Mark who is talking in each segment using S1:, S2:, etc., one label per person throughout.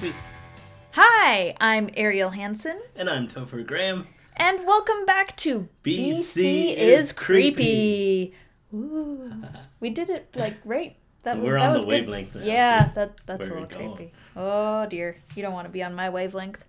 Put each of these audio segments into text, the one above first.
S1: me.
S2: Hi, I'm Ariel Hansen,
S1: And I'm Topher Graham.
S2: and welcome back to
S1: BC
S2: BC
S1: is
S2: is creepy. Ooh, we did it like right. That was
S1: We're
S2: that
S1: on the
S2: was good.
S1: wavelength now.
S2: Yeah, that that's a
S1: We're
S2: little
S1: going.
S2: creepy. Oh dear, you don't want to be on my wavelength.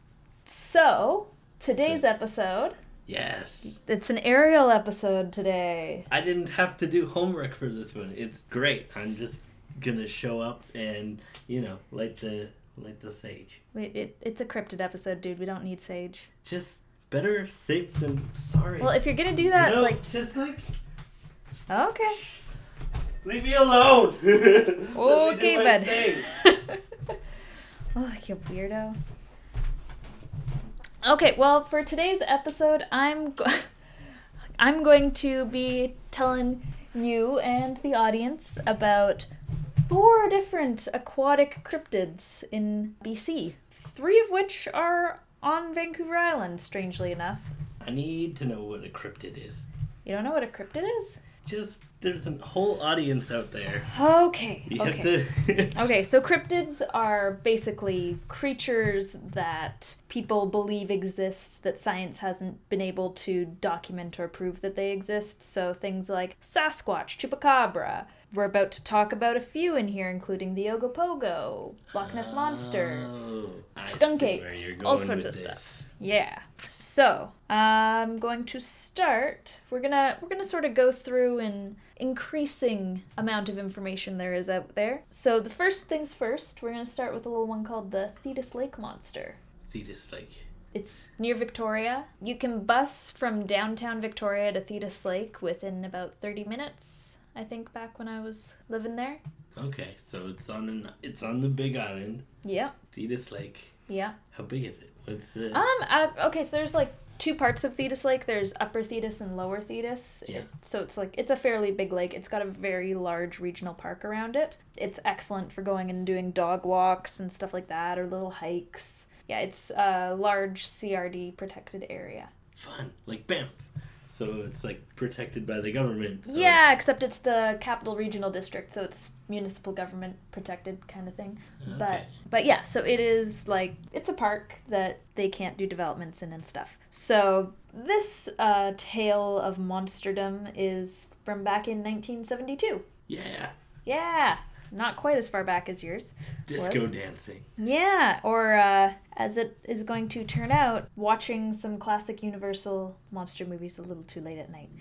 S2: So today's episode,
S1: Yes.
S2: it's an Ariel episode today.
S1: I didn't have to do homework for this one. It's great. I'm just gonna show up and, you know, light the light the sage.
S2: Wait, it, it's a cryptid episode, dude. We don't need sage.
S1: Just better safe than sorry.
S2: Well, if you're gonna do that,
S1: no,
S2: like
S1: just like
S2: okay,
S1: leave me alone. Let me do
S2: okay,
S1: my
S2: bud.
S1: thing.
S2: oh, you weirdo. Okay, well, for today's episode, I'm go- I'm going to be telling you and the audience about four different aquatic cryptids in BC. Three of which are on Vancouver Island, strangely enough.
S1: I need to know what a cryptid is.
S2: You don't know what a cryptid is?
S1: Just there's a whole audience out there.
S2: Okay.
S1: You
S2: okay.
S1: have to
S2: Okay, so cryptids are basically creatures that people believe exist that science hasn't been able to document or prove that they exist. So things like Sasquatch, Chupacabra. We're about to talk about a few in here, including the Ogopogo, Loch Ness Monster.
S1: Oh, I
S2: skunk
S1: see
S2: ape,
S1: where you're
S2: all
S1: going
S2: sorts
S1: with
S2: of
S1: this.
S2: Yeah. So I'm going to start. We're gonna we're gonna sort of go through an increasing amount of information there is out there. So the first things first, we're gonna start with a little one called the Thetis Lake Monster.
S1: See this like
S2: It's near Victoria. You can bus from downtown Victoria to Thetis Lake within about 30 minutes. I think back when I was living there.
S1: okay, so it's on an it's on the Big Island,
S2: Yeah,
S1: Thetis Lake.
S2: yeah.
S1: How big is it? What's the
S2: Um. Uh, okay. So there's like two parts of Thetis Lake. There's Upper Thetis and Lower Thetis.
S1: Yeah.
S2: It- so it's like it's a fairly big lake. It's got a very large regional park around it. It's excellent for going and doing dog walks and stuff like that, or little hikes. Yeah, it's a large CRD protected area.
S1: fun like Banff? So it's like protected by the government. so-
S2: Yeah, except it's the capital regional district, so it's municipal government protected kind of thing. But
S1: Okay.
S2: but yeah, so it is like it's a park that they can't do developments in and stuff. So this uh, tale of monsterdom is from back in 1972.
S1: yeah,
S2: Yeah, not quite as far back as yours.
S1: disco
S2: Was.
S1: dancing.
S2: Yeah, or uh, as it is going to turn out, watching some classic Universal monster movies a little too late at night.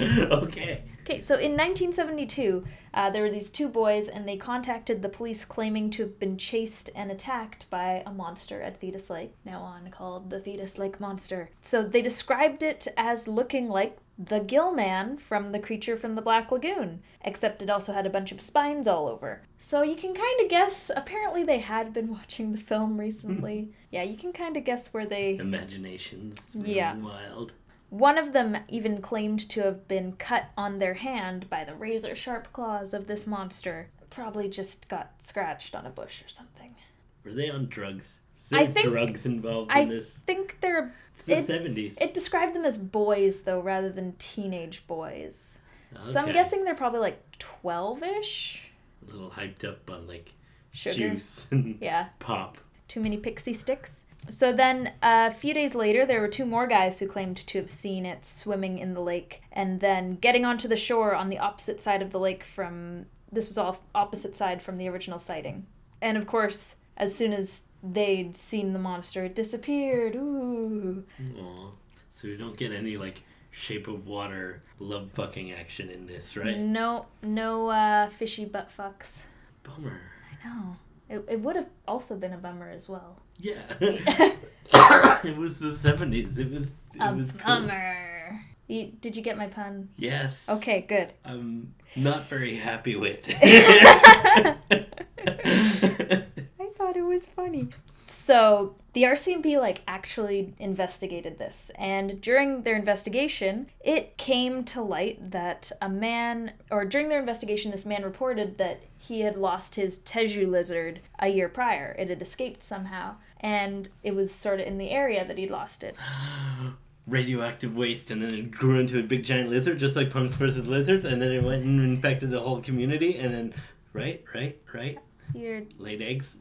S1: okay.
S2: Okay, so in 1972, uh, there were these two boys, and they contacted the police claiming to have been chased and attacked by a monster at Thetis Lake, now on called the Thetis Lake Monster. So they described it as looking like the Gill Man from the creature from the Black Lagoon, except it also had a bunch of spines all over. So you can kind of guess, apparently they had been watching the film recently. yeah, you can kind of guess where they.
S1: Imaginations.
S2: Yeah.
S1: Yeah. Wild.
S2: One of them even claimed to have been cut on their hand by the razor sharp claws of this monster. Probably just got scratched on a bush or something.
S1: Were they on drugs? Is there
S2: I think-
S1: drugs involved
S2: I
S1: in this?
S2: think they're.
S1: It's the
S2: it-
S1: seventies.
S2: It described them as boys, though, rather than teenage boys.
S1: Okay.
S2: So I'm guessing they're probably like 12 ish.
S1: a little hyped up on like
S2: Sugar.
S1: juice and
S2: Yeah.
S1: pop.
S2: too many pixie sticks. So then, a few days later, there were two more guys who claimed to have seen it swimming in the lake and then getting onto the shore on the opposite side of the lake from this was all opposite side from the original sighting. And of course, as soon as they'd seen the monster, it disappeared. Ooh.
S1: Aw. So we don't get any like Shape of Water love fucking action in this, right?
S2: No, no uh, fishy butt fucks.
S1: Bummer.
S2: I know. It, it would have also been a bummer as well.
S1: Yeah. it was the seventies. It was. It
S2: a
S1: was cool.
S2: Um, bummer. You, did you get my pun?
S1: Yes.
S2: Okay, good.
S1: I'm not very happy with.
S2: I thought it was funny. So the RCMP like actually investigated this, and during their investigation, it came to light that a man, or during their investigation, this man reported that he had lost his Teju lizard a year prior. It had escaped somehow, and it was sort of in the area that he'd lost it.
S1: Radioactive waste, and then it grew into a big giant lizard, just like Pumps versus Lizards, and then it went and infected the whole community, and then, right, right, right,
S2: You're
S1: laid eggs.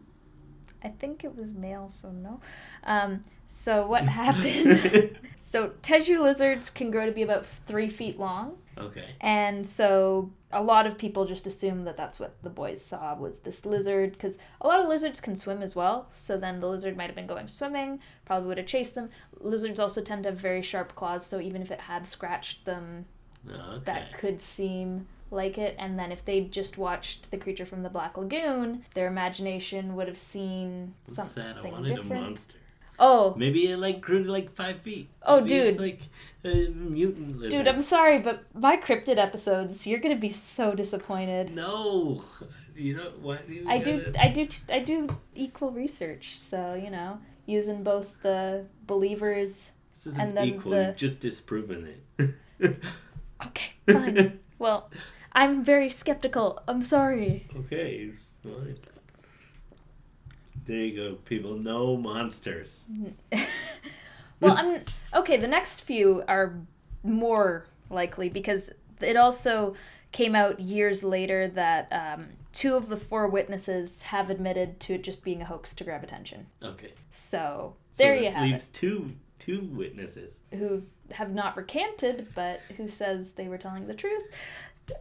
S2: I think it was male, so no. Um, so what happened? so Teju lizards can grow to be about three feet long,
S1: okay.
S2: and so a lot of people just assume that that's what the boys saw was this lizard, because a lot of lizards can swim as well. So then the lizard might have been going swimming, probably would have chased them. Lizards also tend to have very sharp claws, so even if it had scratched them,
S1: Okay.
S2: that could seem like it. And then if they just watched The Creature from the Black Lagoon, their imagination would have seen
S1: What's
S2: something
S1: that? I wanted a
S2: different.
S1: monster.
S2: oh,
S1: Maybe it like grew to like five feet.
S2: Oh,
S1: Maybe It's
S2: dude.
S1: like a mutant lizard.
S2: dude, I'm sorry, but my cryptid episodes, you're gonna be so disappointed.
S1: No, you know what? You
S2: I do,
S1: gotta-
S2: I do, t- I do equal research, so you know, using both the believers.
S1: This isn't
S2: and then
S1: equal.
S2: the-
S1: You've just disproven it.
S2: Okay, fine. well, I'm very skeptical. I'm sorry.
S1: okay, it's fine. There you go, people. No monsters.
S2: Well, I'm okay. The next few are more likely because it also came out years later that um, two of the four witnesses have admitted to it just being a hoax to grab attention.
S1: Okay.
S2: So
S1: So
S2: there
S1: that
S2: you have
S1: leaves two two witnesses.
S2: it. Who have not recanted, but who says they were telling the truth.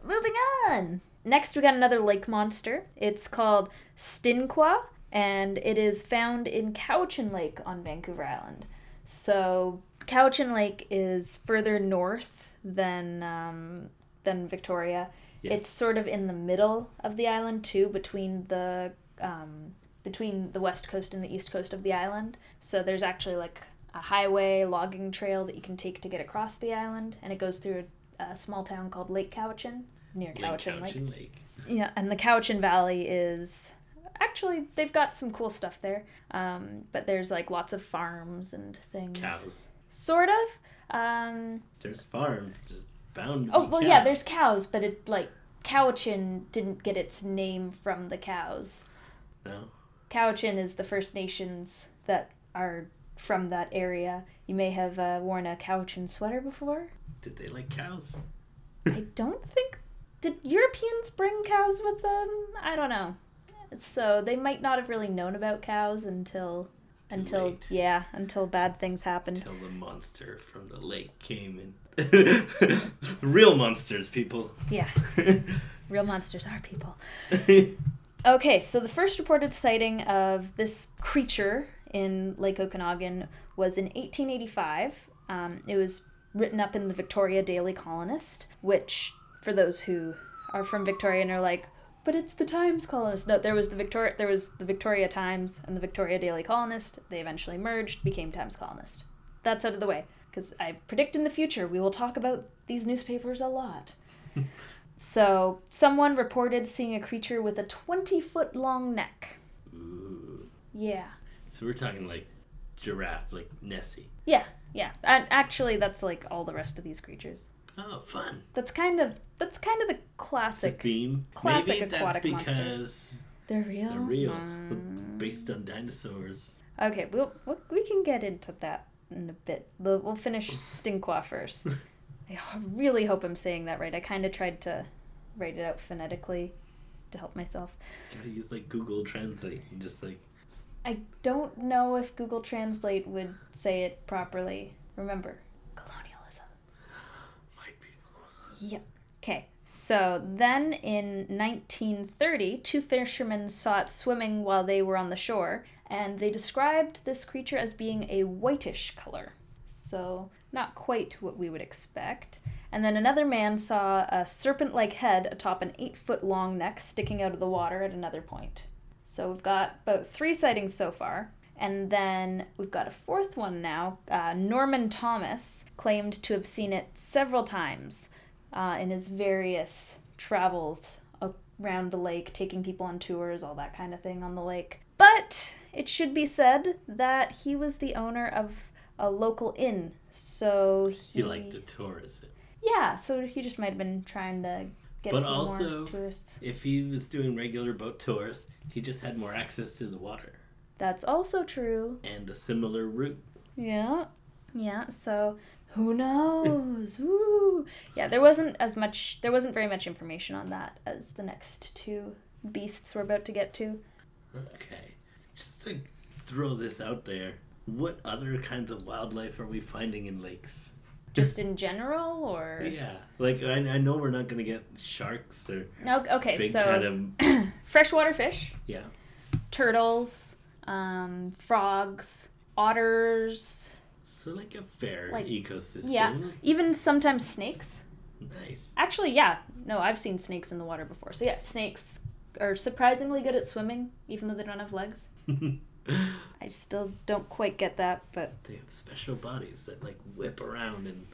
S2: Moving on. Next, we got another lake monster. It's called Stinqua, and it is found in Cowichan Lake on Vancouver Island. So Cowichan Lake is further north than um, than Victoria.
S1: Yeah.
S2: It's sort of in the middle of the island too, between the um, between the west coast and the east coast of the island. So there's actually like a highway logging trail that you can take to get across the island, and it goes through a, a small town called Lake Cowichan near
S1: Lake
S2: Cowichan Lake.
S1: Cowichan Lake.
S2: Yeah, and the Cowichan Valley is actually they've got some cool stuff there. Um, but there's like lots of farms and things.
S1: Cows.
S2: Sort of. Um,
S1: There's farms. There's bound to
S2: oh
S1: be
S2: well, yeah,
S1: cows.
S2: there's cows, but it like Cowichan didn't get its name from the cows.
S1: No.
S2: Cowichan is the First Nations that are from that area. You may have uh, worn a Cowichan sweater before.
S1: Did they like cows?
S2: I don't think did Europeans bring cows with them? I don't know. So they might not have really known about cows until
S1: Too
S2: until
S1: late.
S2: yeah, until bad things happened.
S1: Till the monster from the lake came in. Real monsters, people.
S2: Yeah, real monsters are people. Okay, so the first reported sighting of this creature in Lake Okanagan was in 1885. Um, it was written up in the Victoria Daily Colonist, which, for those who are from Victoria and are like, but it's the Times Colonist. No, there was the Victoria, there was the Victoria Times and the Victoria Daily Colonist. They eventually merged, became Times Colonist. That's out of the way because I predict in the future we will talk about these newspapers a lot. So, someone reported seeing a creature with a 20 foot long neck.
S1: Ooh.
S2: Yeah.
S1: So we're talking like giraffe, like Nessie.
S2: Yeah, yeah. And actually that's like all the rest of these creatures.
S1: Oh, fun.
S2: That's kind of that's kind of the
S1: The
S2: classic.
S1: theme.
S2: classic
S1: Maybe that's
S2: aquatic monster.
S1: because
S2: They're real.
S1: they're real,
S2: Mm.
S1: based on dinosaurs.
S2: Okay, we'll, we'll we can get into that in a bit. We'll, we'll finish Stinqua first. I ho- really hope I'm saying that right. I kind of tried to write it out phonetically to help myself.
S1: Gotta use like Google Translate and just like
S2: I don't know if Google Translate would say it properly. Remember, colonialism.
S1: white people.
S2: Yep. Okay, so then in 1930, two fishermen saw it swimming while they were on the shore, and they described this creature as being a whitish color. So, not quite what we would expect. And then another man saw a serpent like head atop an eight foot long neck sticking out of the water at another point. So we've got about three sightings so far. And then we've got a fourth one now. Uh, Norman Thomas claimed to have seen it several times uh, in his various travels around the lake, taking people on tours, all that kind of thing on the lake. But it should be said that he was the owner of a local inn, so he,
S1: He liked the tourism.
S2: Yeah, so he just might have been trying to get
S1: But
S2: a few
S1: also-
S2: more tourists.
S1: If he was doing regular boat tours, he just had more access to the water
S2: That's also true.
S1: and a similar route.
S2: Yeah. Yeah, so who knows? Woo. Yeah, there wasn't as much there wasn't very much information on that as the next two beasts we're about to get to.
S1: Okay. just to throw this out there, what other kinds of wildlife are we finding in lakes?
S2: Just in general, or
S1: Yeah, like I, I know we're not gonna get sharks or
S2: no? Okay,
S1: big
S2: so
S1: kind of
S2: freshwater fish,
S1: yeah.
S2: turtles, um, frogs, otters.
S1: So like a fair
S2: Like-
S1: ecosystem.
S2: Yeah, even sometimes snakes.
S1: Nice.
S2: Actually, yeah, no, I've seen snakes in the water before. So yeah, snakes are surprisingly good at swimming, even though they don't have legs.
S1: they
S2: I still don't quite get that, but
S1: have special bodies that like whip around and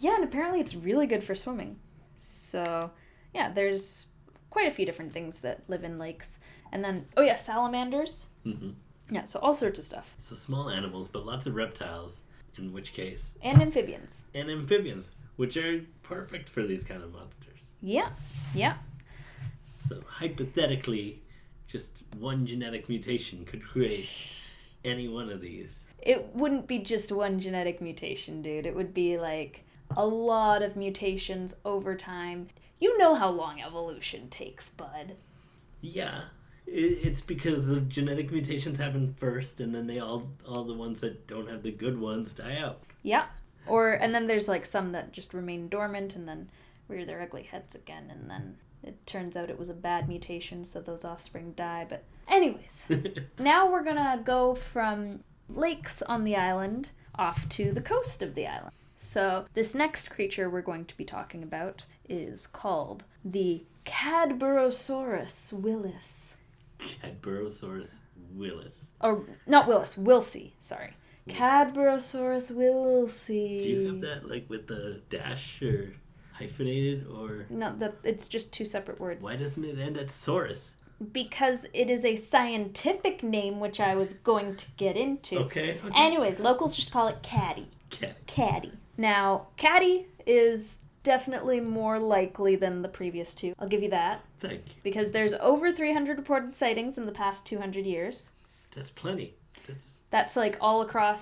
S2: Yeah, and apparently it's really good for swimming. So, yeah, there's quite a few different things that live in lakes. And then, oh yeah, salamanders.
S1: Mhm.
S2: Yeah, so all sorts of stuff.
S1: so small animals, but lots of reptiles. In which case,
S2: And amphibians.
S1: and amphibians, which are perfect for these kind of monsters.
S2: Yeah, yeah.
S1: So hypothetically, just one genetic mutation could create any one of these.
S2: It wouldn't be just one genetic mutation, dude. It would be like a lot of mutations over time. You know how long evolution takes, bud.
S1: Yeah, i- it's because of genetic mutations happen first, and then they all all the ones that don't have the good ones die out.
S2: Yeah. Or and then there's like some that just remain dormant and then rear their ugly heads again and then it turns out it was a bad mutation so those offspring die but anyways, now we're going to go from lakes on the island off to the coast of the island. So, this next creature we're going to be talking about is called the Cadborosaurus willis.
S1: Cadborosaurus willis.
S2: Or not willis, wilsey, sorry.
S1: Wilsey.
S2: Cadborosaurus wilsey.
S1: Do you have that like with the dash or hyphenated or
S2: No, that it's just two separate words.
S1: why doesn't it end at saurus?
S2: Because it is a scientific name, which I was going to get into.
S1: Okay. Oh, okay.
S2: Anyways, locals just call it caddy.
S1: Cat.
S2: Caddy. Now, caddy is definitely more likely than the previous two. I'll give you that
S1: Thank you.
S2: because there's over 300 reported sightings in the past 200 years.
S1: That's plenty. That's
S2: That's like all across.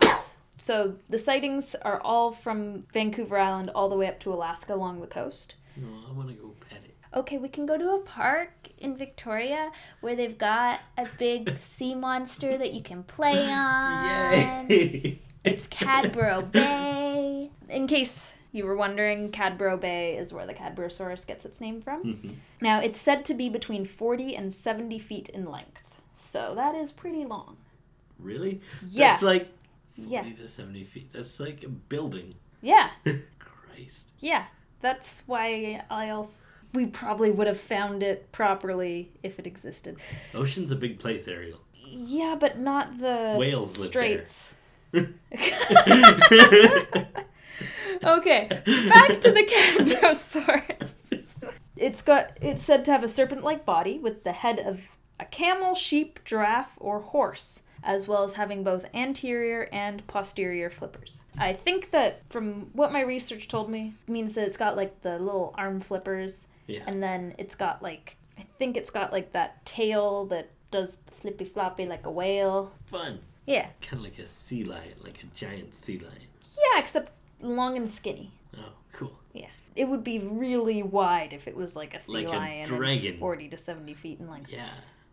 S2: So the sightings are all from Vancouver Island all the way up to Alaska along the coast.
S1: no. I want to go pet it.
S2: Okay, we can go to a park in Victoria where they've got a big sea monster that you can play on.
S1: Yay!
S2: Um, It's Cadboro Bay. In case you were wondering, Cadboro Bay is where the Cadborosaurus gets its name from.
S1: Mhm.
S2: Now, it's said to be between 40 and 70 feet in length. So that is pretty long.
S1: Really?
S2: Yeah.
S1: That's like forty
S2: Yeah.
S1: to seventy feet. That's like a building.
S2: Yeah,
S1: Christ.
S2: yeah. That's why I also. We probably would have found it properly if it existed.
S1: Ocean's a big place, Ariel.
S2: Yeah, but not the
S1: Whales live there.
S2: straits. okay, back to the Cadbrosaurus. It's got it's said to have a serpent-like body with the head of a camel, sheep, giraffe, or horse, as well as having both anterior and posterior flippers. I think that from what my research told me means that it's got like the little arm flippers
S1: Yeah.
S2: and then it's got like I think it's got like that tail that does the flippy floppy like a whale.
S1: Fun.
S2: Yeah.
S1: Kind of like a sea lion, like a giant sea lion.
S2: Yeah, except long and skinny.
S1: Oh, cool.
S2: Yeah. It would be really wide if it was like a sea
S1: Like a
S2: lion. and
S1: dragon.
S2: 40 to 70 feet in length.
S1: Yeah.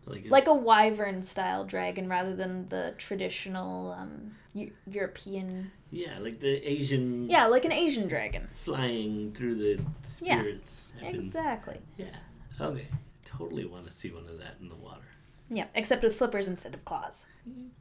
S1: Like a,
S2: Like a wyvern style dragon rather than the traditional um, Eu- European.
S1: yeah, like the Asian
S2: Yeah, like an Asian dragon.
S1: flying through the
S2: Yeah.
S1: spirits. heavens.
S2: Exactly.
S1: Yeah. Okay. Totally want to see one of that in the water.
S2: Yeah, except with flippers instead of claws.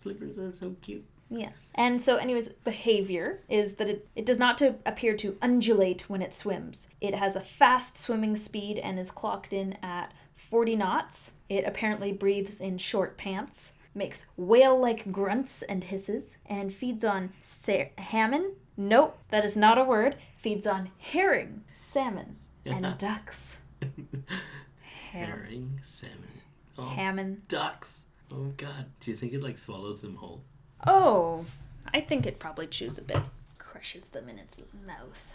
S1: Flippers are so cute.
S2: Yeah. And so, anyways, behavior is that it, it does not to appear to undulate when it swims. It has a fast swimming speed and is clocked in at 40 knots. It apparently breathes in short pants, makes whale like grunts and hisses, and feeds on sa- salmon. Nope, that is not a word. Feeds on herring, salmon, and ducks. Ham-
S1: Herring, salmon. Oh,
S2: Hammon.
S1: ducks. Oh god. Do you think it like swallows them whole?
S2: Oh, I think it probably chews a bit, crushes them in its mouth.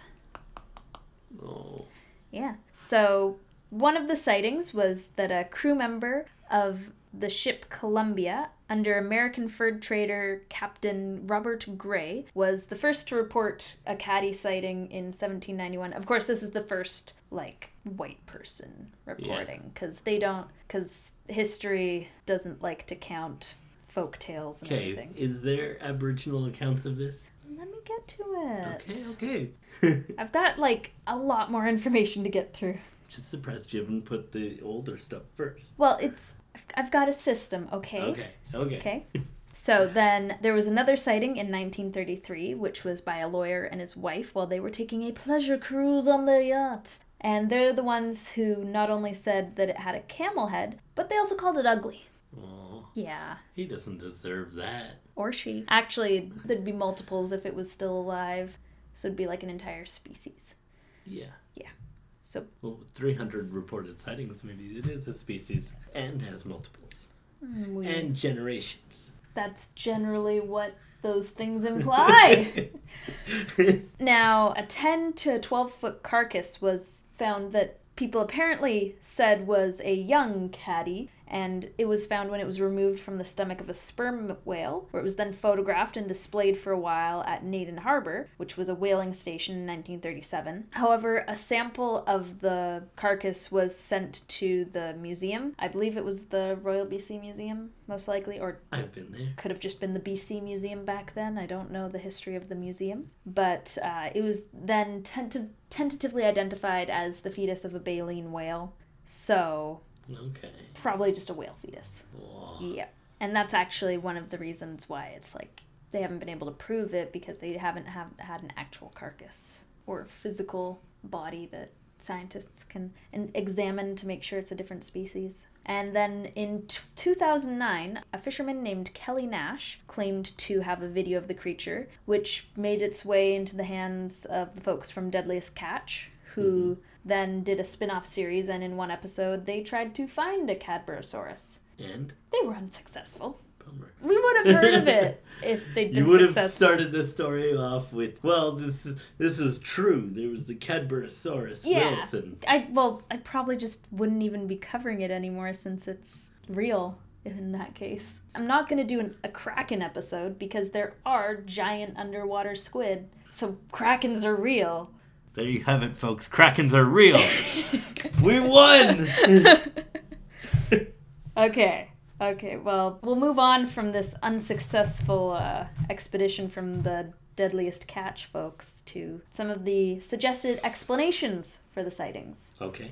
S1: Oh.
S2: Yeah. So one of the sightings was that a crew member of the ship Columbia under American fur trader Captain Robert Gray was the first to report a caddy sighting in 1791. Of course, this is the first like white person reporting cuz they don't cuz history doesn't like to count folk tales and
S1: Okay,
S2: everything.
S1: is there Aboriginal accounts of this?
S2: Let me get to it.
S1: Okay, okay.
S2: I've got like a lot more information to get through.
S1: Just surprised you haven't put the older stuff first.
S2: Well, it's I've- I've got a system, okay?
S1: Okay, okay.
S2: Okay. So then there was another sighting in 1933, which was by a lawyer and his wife while they were taking a pleasure cruise on their yacht. And they're the ones who not only said that it had a camel head, but they also called it ugly.
S1: Aw,
S2: Yeah.
S1: he doesn't deserve that.
S2: Or she. Actually, there'd be multiples if it was still alive. So it'd be like an entire species.
S1: Yeah.
S2: So,
S1: Well, 300 reported sightings, maybe it is a species and has multiples
S2: mm, we-
S1: and generations.
S2: that's generally what those things imply. Now, a 10 to 12 foot carcass was found that people apparently said was a young caddy, and it was found when it was removed from the stomach of a sperm whale, where it was then photographed and displayed for a while at Naden Harbor, which was a whaling station in 1937. However, a sample of the carcass was sent to the museum. I believe it was the Royal BC Museum, most likely, or
S1: I've been there.
S2: could have just been the BC Museum back then. I don't know the history of the museum. But uh, it was then tenta- tentatively identified as the fetus of a baleen whale. So,
S1: Okay.
S2: probably just a whale fetus.
S1: Aw,
S2: Yeah. And that's actually one of the reasons why it's like they haven't been able to prove it because they haven't have had an actual carcass or physical body that scientists can and examine to make sure it's a different species. And then in t- 2009, a fisherman named Kelly Nash claimed to have a video of the creature, which made its way into the hands of the folks from Deadliest Catch, who then did a spin off series. And in one episode, they tried to find a Cadborosaurus.
S1: And
S2: They were unsuccessful.
S1: bummer.
S2: We would have heard of it if they'd
S1: You
S2: been
S1: would have
S2: successful.
S1: started the story off with, well, this is this is true. There was the Cadborosaurus
S2: Yeah.
S1: Wilson.
S2: I well, I probably just wouldn't even be covering it anymore since it's real in that case. I'm not going to do an, a kraken episode because there are giant underwater squid. So krakens are real.
S1: There you have it, folks. Krakens are real. we won.
S2: Okay. Okay. Well, we'll move on from this unsuccessful uh, expedition from the deadliest catch folks to some of the suggested explanations for the sightings.
S1: okay.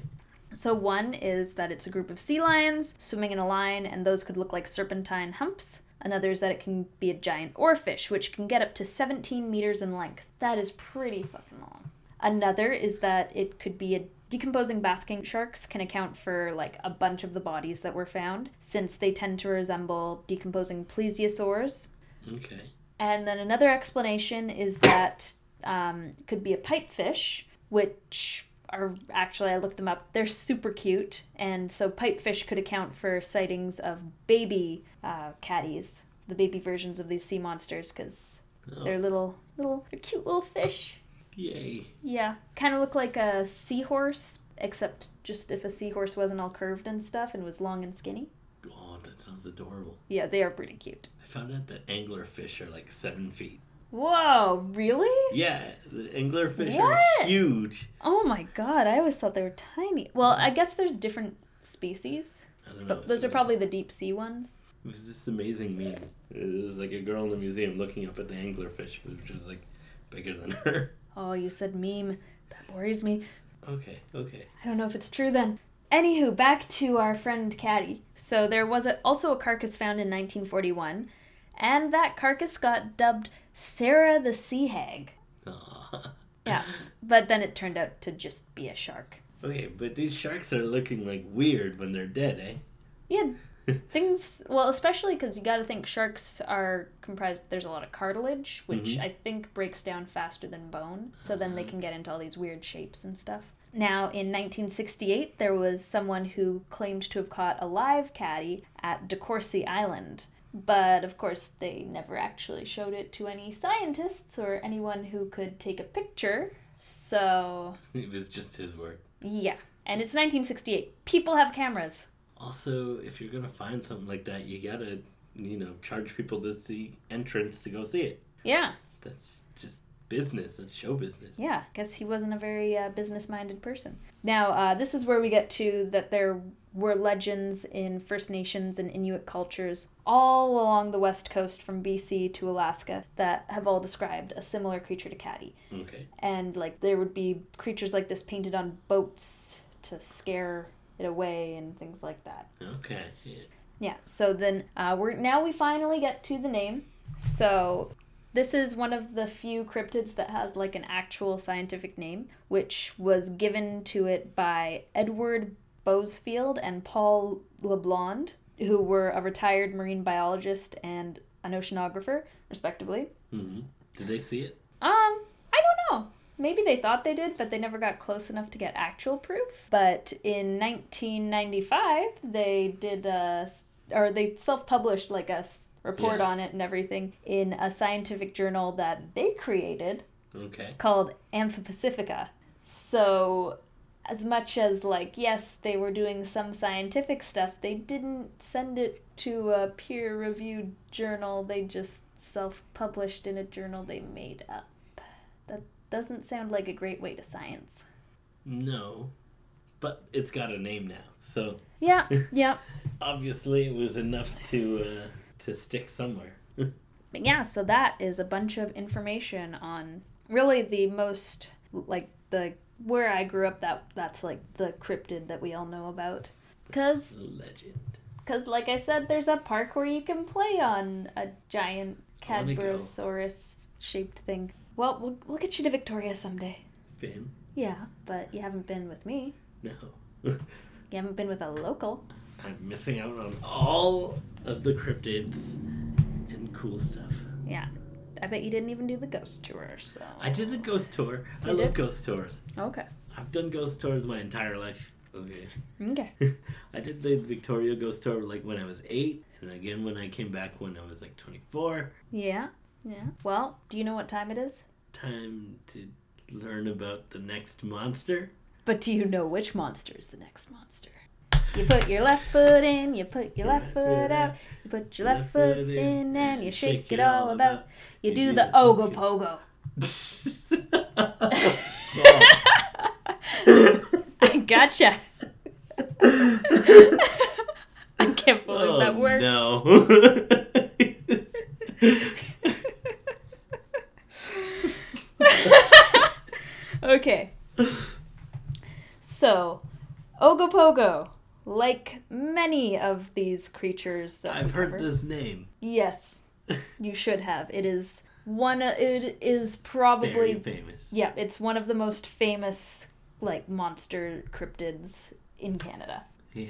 S2: So, one is that it's a group of sea lions swimming in a line, and those could look like serpentine humps. Another is that it can be a giant oarfish, which can get up to 17 meters in length. That is pretty fucking long. Another is that it could be a decomposing basking sharks can account for like a bunch of the bodies that were found since they tend to resemble decomposing plesiosaurs
S1: Okay.
S2: and then another explanation is that um, it could be a pipefish, which are actually, I looked them up, they're super cute. And so pipefish could account for sightings of baby uh, caddies, the baby versions of these sea monsters, because
S1: Oh.
S2: they're little, little, they're cute little fish.
S1: Yay.
S2: Yeah, kind of look like a seahorse, except just if a seahorse wasn't all curved and stuff and was long and skinny.
S1: Oh, that sounds adorable.
S2: Yeah, they are pretty cute.
S1: I found out that anglerfish are like seven feet.
S2: Whoa, really?
S1: Yeah, the anglerfish are
S2: What?
S1: huge.
S2: Oh my god, I always thought they were tiny. Well, I guess there's different species,
S1: Mm, I don't know.
S2: but those
S1: it
S2: are
S1: was-
S2: probably the deep sea ones.
S1: It was this amazing meme. It was like a girl in the museum looking up at the anglerfish, which was like bigger than her.
S2: Oh, you said meme. That worries me.
S1: Okay, okay.
S2: I don't know if it's true then. Anywho, back to our friend Caddy. So there was a, also a carcass found in 1941, and that carcass got dubbed Sarah the Sea Hag.
S1: Aw.
S2: Yeah, but then it turned out to just be a shark.
S1: Okay, but these sharks are looking like weird when they're dead, eh?
S2: Yeah, things. Well, especially because you got to think sharks are comprised. There's a lot of cartilage, which
S1: Mhm.
S2: I think breaks down faster than bone. So then they can get into all these weird shapes and stuff. Now, in 1968, there was someone who claimed to have caught a live caddy at DeCourcy Island. But of course, they never actually showed it to any scientists or anyone who could take a picture. So,
S1: It was just his word.
S2: yeah. And it's 1968. People have cameras.
S1: Also, if you're gonna find something like that, you gotta, you know, charge people to see entrance to go see it.
S2: Yeah.
S1: That's just business. That's show business.
S2: Yeah, guess he wasn't a very uh, business minded person. Now, uh, this is where we get to that there were legends in First Nations and Inuit cultures all along the west coast from BC to Alaska that have all described a similar creature to Caddy.
S1: Okay.
S2: And like there would be creatures like this painted on boats to scare it away and things like that.
S1: Okay. Yeah.
S2: Yeah. So then uh, we're now we finally get to the name. So this is one of the few cryptids that has like an actual scientific name, which was given to it by Edward Bosefield and Paul LeBlond, who were a retired marine biologist and an oceanographer, respectively.
S1: Mm-hmm. Did they see it?
S2: Um, I don't know. Maybe they thought they did, but they never got close enough to get actual proof. But in 1995, they did a s- or they self-published like a s- report
S1: Yeah.
S2: on it and everything in a scientific journal that they created
S1: Okay.
S2: called Amphipacifica. So, as much as like yes, they were doing some scientific stuff, they didn't send it to a peer-reviewed journal. They just self-published in a journal they made up. That doesn't sound like a great way to science.
S1: No. But it's got a name now, so
S2: Yeah, yeah.
S1: obviously it was enough to uh, to stick somewhere.
S2: But yeah, so that is a bunch of information on really the most like the where I grew up that that's like the cryptid that we all know about. Cuz
S1: Legend.
S2: Because, like I said, there's a park where you can play on a giant
S1: I wanna go.
S2: Cadborosaurus shaped thing. Well, well, we'll get you to Victoria someday.
S1: Finn.
S2: Yeah, but you haven't been with me.
S1: No.
S2: You haven't been with a local.
S1: I'm missing out on all of the cryptids and cool stuff.
S2: Yeah. I bet you didn't even do the ghost tour, so.
S1: I did the ghost tour. I
S2: You
S1: love
S2: did?
S1: ghost tours.
S2: Okay.
S1: I've done ghost tours my entire life. Okay.
S2: Okay.
S1: I did the Victoria ghost tour like when I was eight, and again when I came back when I was like 24.
S2: Yeah. Yeah. Well, do you know what time it is?
S1: Time to learn about the next monster.
S2: But do you know which monster is the next monster? You put your left foot in, you put your left foot out, you put your left foot in, and you shake it all about. You do the Ogopogo. I gotcha. I can't believe
S1: Oh,
S2: that worked.
S1: No.
S2: okay. So, Ogopogo, like many of these creatures that
S1: I've
S2: we
S1: heard
S2: cover-
S1: this name.
S2: Yes, you should have. It is one. o- It is probably
S1: Very famous.
S2: yeah. It's one of the most famous like monster cryptids in Canada,
S1: Yeah.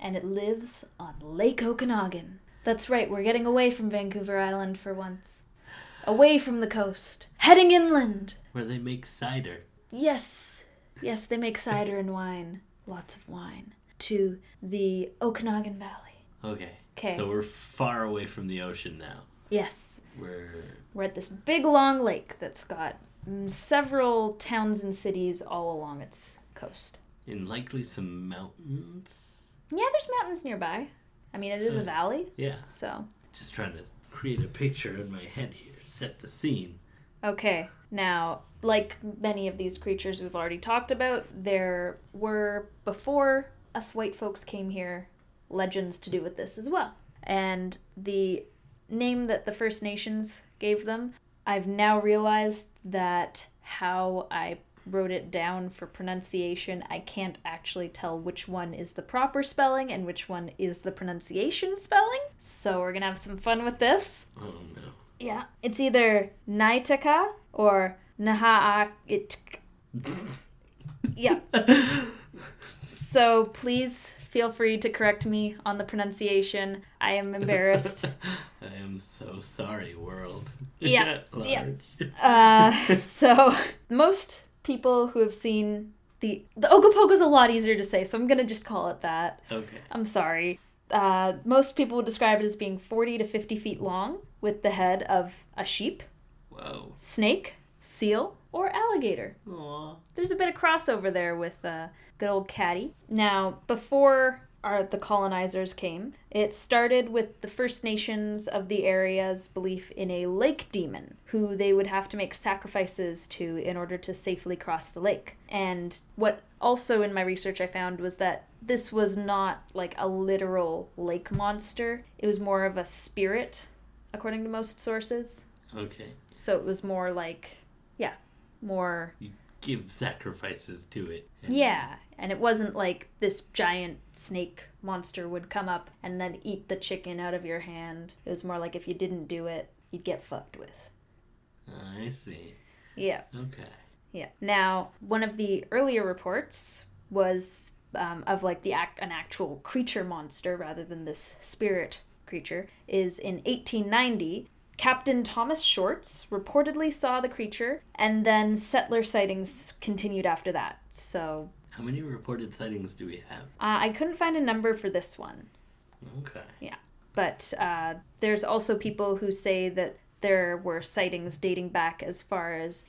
S2: and it lives on Lake Okanagan. That's right. We're getting away from Vancouver Island for once, away from the coast, heading inland.
S1: Where they make cider.
S2: Yes. Yes, they make cider and wine. Lots of wine. To the Okanagan Valley.
S1: Okay.
S2: 'Kay.
S1: So we're far away from the ocean now.
S2: Yes.
S1: We're
S2: We're at this big long lake that's got mm, several towns and cities all along its coast.
S1: in likely some mountains.
S2: Yeah, there's mountains nearby. I mean, it is a valley,
S1: Yeah.
S2: so.
S1: Just trying to create a picture in my head here. Set the scene.
S2: Okay, now, like many of these creatures we've already talked about, there were, before us white folks came here, legends to do with this as well. And the name that the First Nations gave them, I've now realized that how I wrote it down for pronunciation, I can't actually tell which one is the proper spelling and which one is the pronunciation spelling. So we're gonna have some fun with this.
S1: Oh no.
S2: Yeah. It's either Naitaka or Naha'it. yeah. So please feel free to correct me on the pronunciation. I am embarrassed.
S1: I am so sorry, world.
S2: Yeah,
S1: At Large.
S2: yeah. Uh, so most people who have seen the the Ogopogo's a lot easier to say, so I'm gonna just call it that.
S1: Okay.
S2: I'm sorry. Uh, most people would describe it as being 40 to 50 feet long, with the head of a sheep,
S1: Whoa.
S2: snake, seal, or alligator.
S1: Aw.
S2: there's a bit of crossover there with uh, good old Caddy. Now, before are the colonizers came. It started with the First Nations of the area's belief in a lake demon, who they would have to make sacrifices to in order to safely cross the lake. And what also in my research I found was that this was not like a literal lake monster, it was more of a spirit, according to most sources.
S1: Okay.
S2: So it was more like, yeah, more
S1: Give sacrifices to it. and-
S2: yeah, and it wasn't like this giant snake monster would come up and then eat the chicken out of your hand. It was more like if you didn't do it, you'd get fucked with.
S1: Ah, I see.
S2: Yeah,
S1: Okay.
S2: yeah. Now, one of the earlier reports was um, of like the ac- an actual creature monster rather than this spirit creature is in 1890. Captain Thomas Shorts reportedly saw the creature, and then settler sightings continued after that. So
S1: How many reported sightings do we have?
S2: Uh, I couldn't find a number for this one,
S1: Okay.
S2: but uh, there's also people who say that there were sightings dating back as far as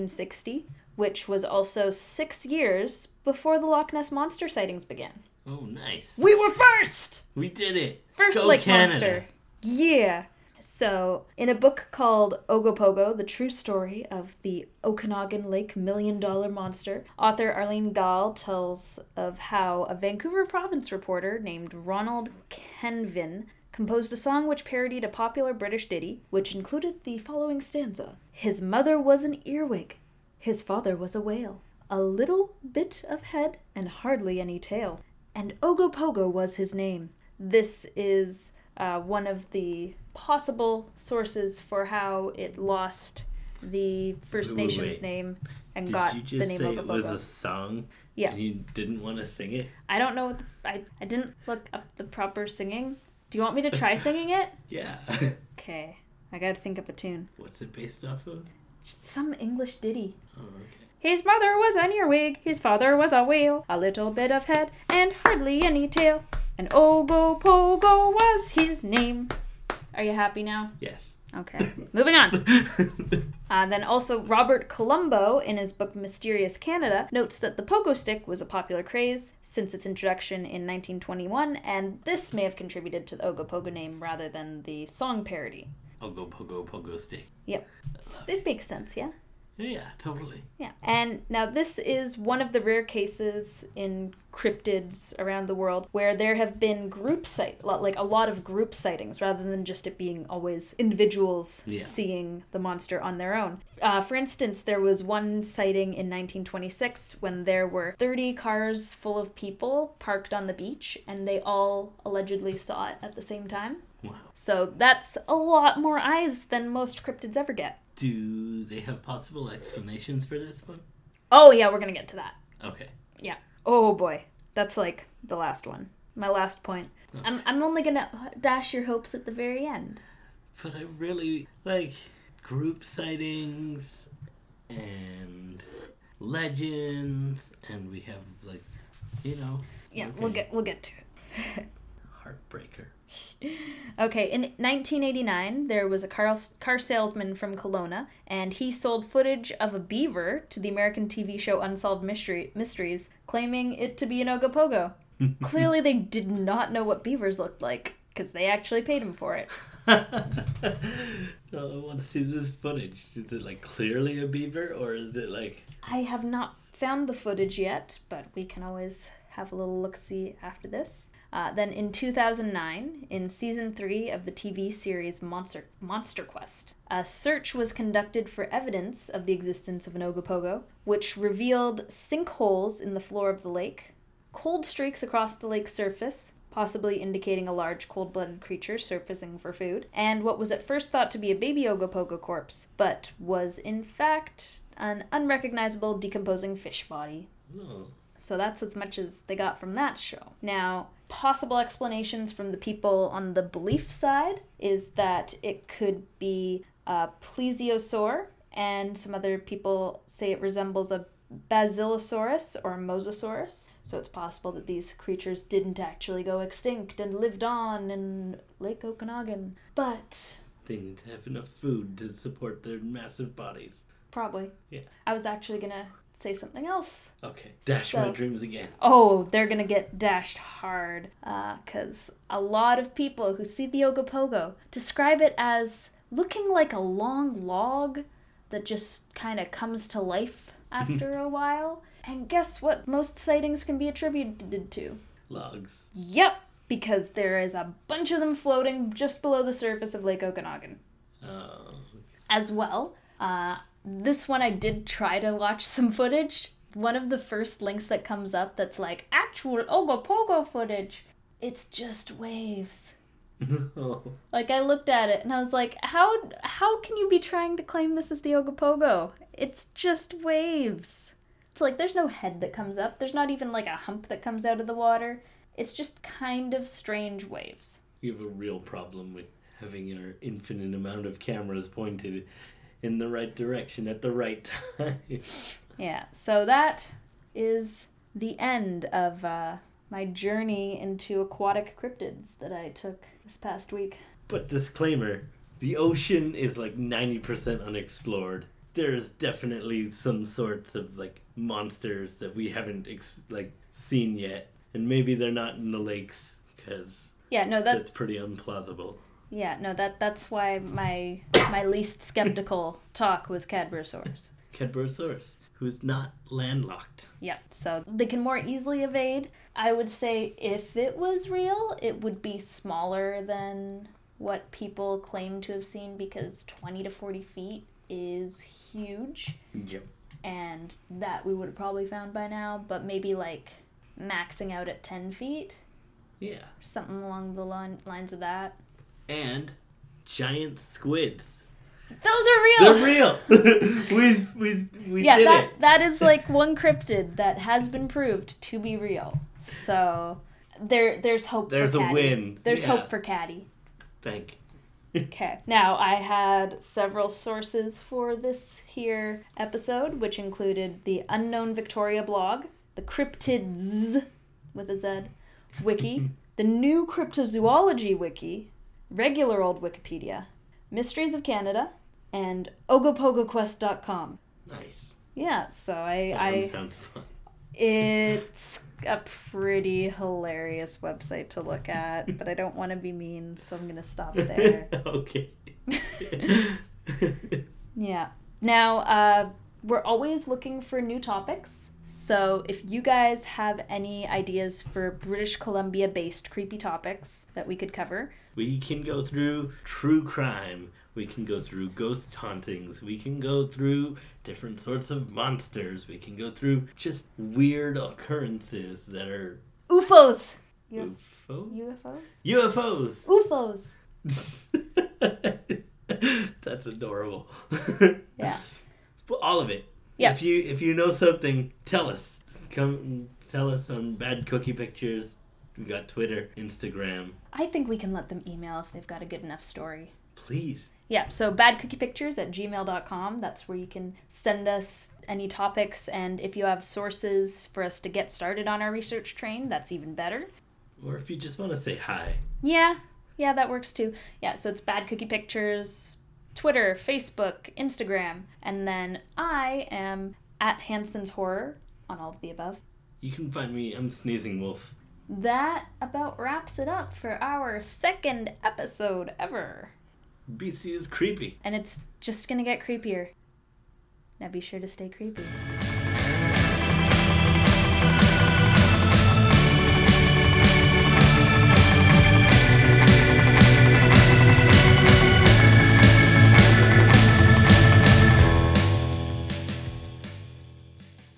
S2: 1860, which was also six years before the Loch Ness Monster sightings began.
S1: Oh, nice.
S2: We were first!
S1: We did it.
S2: First
S1: Go
S2: Lake
S1: Canada.
S2: Monster. Yeah. So, in a book called Ogopogo, The True Story of the Okanagan Lake Million Dollar Monster, author Arlene Gall tells of how a Vancouver province reporter named Ronald Kenvin composed a song which parodied a popular British ditty, which included the following stanza His mother was an earwig, his father was a whale, a little bit of head and hardly any tail, and Ogopogo was his name this is uh, one of the possible sources for how it lost the First
S1: Wait, wait, wait.
S2: Nations name and
S1: Did
S2: got
S1: you just
S2: the name
S1: say it was
S2: Ogopogo.
S1: a song?
S2: Yeah.
S1: And you didn't want to sing it?
S2: I don't know. What the, I I didn't look up the proper singing. Do you want me to try singing it?
S1: Yeah.
S2: Okay, I gotta think up a tune.
S1: What's it based off of?
S2: Just some English ditty.
S1: Oh, okay.
S2: His mother was an earwig, his father was a whale, a little bit of head and hardly any tail. And Ogopogo was his name. Are you happy now?
S1: Yes.
S2: Okay, moving on.
S1: okay.
S2: Uh, then also, Robert Colombo, in his book Mysterious Canada, notes that the pogo stick was a popular craze since its introduction in 1921, and this may have contributed to the Ogopogo name rather than the song parody.
S1: I'll go pogo pogo stick.
S2: Yep, S- it makes sense, yeah?
S1: Yeah, totally.
S2: Yeah. And now, this is one of the rare cases in cryptids around the world where there have been group sight, lo- like a lot of group sightings, rather than just it being always individuals
S1: Yeah.
S2: seeing the monster on their own. Uh, for instance, there was one sighting in 1926 when there were 30 cars full of people parked on the beach, and they all allegedly saw it at the same time.
S1: Wow.
S2: So that's a lot more eyes than most cryptids ever get.
S1: Do they have possible explanations for this one?
S2: Oh, yeah, we're gonna get to that.
S1: Okay.
S2: Yeah. Oh boy, that's like the last one. My last point. I'm I'm only gonna dash your hopes at the very end.
S1: But I really like group sightings and legends, and we have like, you know,
S2: Yeah, we'll
S1: Okay.
S2: get we'll get to it.
S1: heartbreaker.
S2: okay, in 1989, there was a car car salesman from Kelowna, and he sold footage of a beaver to the American TV show Unsolved Mystery Mysteries, claiming it to be an Ogopogo. Clearly, they did not know what beavers looked like because they actually paid him for it.
S1: oh, I want to see this footage. Is it like clearly a beaver, or is it like
S2: I have not found the footage yet, but we can always have a little look see after this. Uh, then in 2009, in season three of the TV series Monster, Monster Quest, a search was conducted for evidence of the existence of an Ogopogo, which revealed sinkholes in the floor of the lake, cold streaks across the lake's surface, possibly indicating a large cold blooded creature surfacing for food, and what was at first thought to be a baby Ogopogo corpse, but was in fact an unrecognizable decomposing fish body.
S1: no?
S2: So that's as much as they got from that show. Now, possible explanations from the people on the belief side is that it could be a plesiosaur, and some other people say it resembles a basilosaurus or a mosasaurus. So it's possible that these creatures didn't actually go extinct and lived on in Lake Okanagan. But
S1: They need to have enough food to support their massive bodies.
S2: Probably.
S1: Yeah.
S2: I was actually gonna say something else.
S1: Okay. Dash my
S2: So-
S1: dreams again.
S2: Oh, they're gonna get dashed hard. Uh, cause a lot of people who see the Ogopogo describe it as looking like a long log that just kind of comes to life after a while. And guess what? Most sightings can be attributed to.
S1: Logs.
S2: Yep, because there is a bunch of them floating just below the surface of Lake Okanagan
S1: Oh.
S2: as well. Uh, this one I did try to watch some footage. One of the first links that comes up that's like actual Ogopogo footage. It's just waves.
S1: oh.
S2: Like I looked at it and I was like, how how can you be trying to claim this is the Ogopogo? It's just waves. It's like there's no head that comes up. There's not even like a hump that comes out of the water. It's just kind of strange waves.
S1: You have a real problem with having your infinite amount of cameras pointed in the right direction at the right time.
S2: Yeah, so that is the end of uh, my journey into aquatic cryptids that I took this past week.
S1: but disclaimer the ocean is like 90% unexplored. There's definitely some sorts of like monsters that we haven't ex- like seen yet. And maybe they're not in the lakes because
S2: Yeah, no, that
S1: that's pretty implausible.
S2: yeah, no, that that's why my my least skeptical talk was Cadbrosaurus.
S1: Cadborosaurus, who's not landlocked.
S2: Yeah, so they can more easily evade. I would say if it was real, it would be smaller than what people claim to have seen because 20 to 40 feet is huge.
S1: Yep.
S2: and that we would have probably found by now, but maybe like maxing out at 10 feet,
S1: Yeah.
S2: something along the lin- lines of that.
S1: And giant squids.
S2: Those are real!
S1: They're real. we we we
S2: yeah,
S1: did
S2: that,
S1: it.
S2: that is like one cryptid that has been proved to be real. So there there's hope
S1: There's
S2: for
S1: a
S2: Caddy.
S1: win.
S2: There's
S1: Yeah.
S2: hope for Caddy.
S1: Thank.
S2: Okay. Now, I had several sources for this here episode, which included the Unknown Victoria blog, the Cryptids with a Z wiki, the new Cryptozoology wiki, regular old Wikipedia, Mysteries of Canada, and ogopogoquest.com.
S1: Nice.
S2: Yeah, so I,
S1: That one
S2: I
S1: sounds fun.
S2: it's a pretty hilarious website to look at, but I don't want to be mean, so I'm going to stop there.
S1: okay.
S2: Yeah. Now, uh, we're always looking for new topics. So if you guys have any ideas for British Columbia based creepy topics that we could cover,
S1: we can go through true crime. We can go through ghost hauntings. We can go through different sorts of monsters. We can go through just weird occurrences that are
S2: UFOs! U-
S1: UFO?
S2: UFOs?
S1: UFOs.
S2: UFOs!
S1: That's adorable.
S2: Yeah.
S1: But all of it.
S2: Yeah.
S1: If you if you know something, tell us. Come and tell us on bad cookie pictures. We got Twitter, Instagram.
S2: I think we can let them email if they've got a good enough story.
S1: Please.
S2: Yeah, so badcookiepictures at gmail.com. That's where you can send us any topics, and if you have sources for us to get started on our research train, that's even better.
S1: Or if you just want to say hi.
S2: Yeah, yeah, that works too. Yeah, so it's Bad Cookie Pictures, Twitter, Facebook, Instagram, and then I am at Hanson's Horror on all of the above.
S1: You can find me. I'm sneezing wolf.
S2: That about wraps it up for our second episode ever.
S1: BC is creepy.
S2: And it's just gonna get creepier. Now be sure to stay creepy.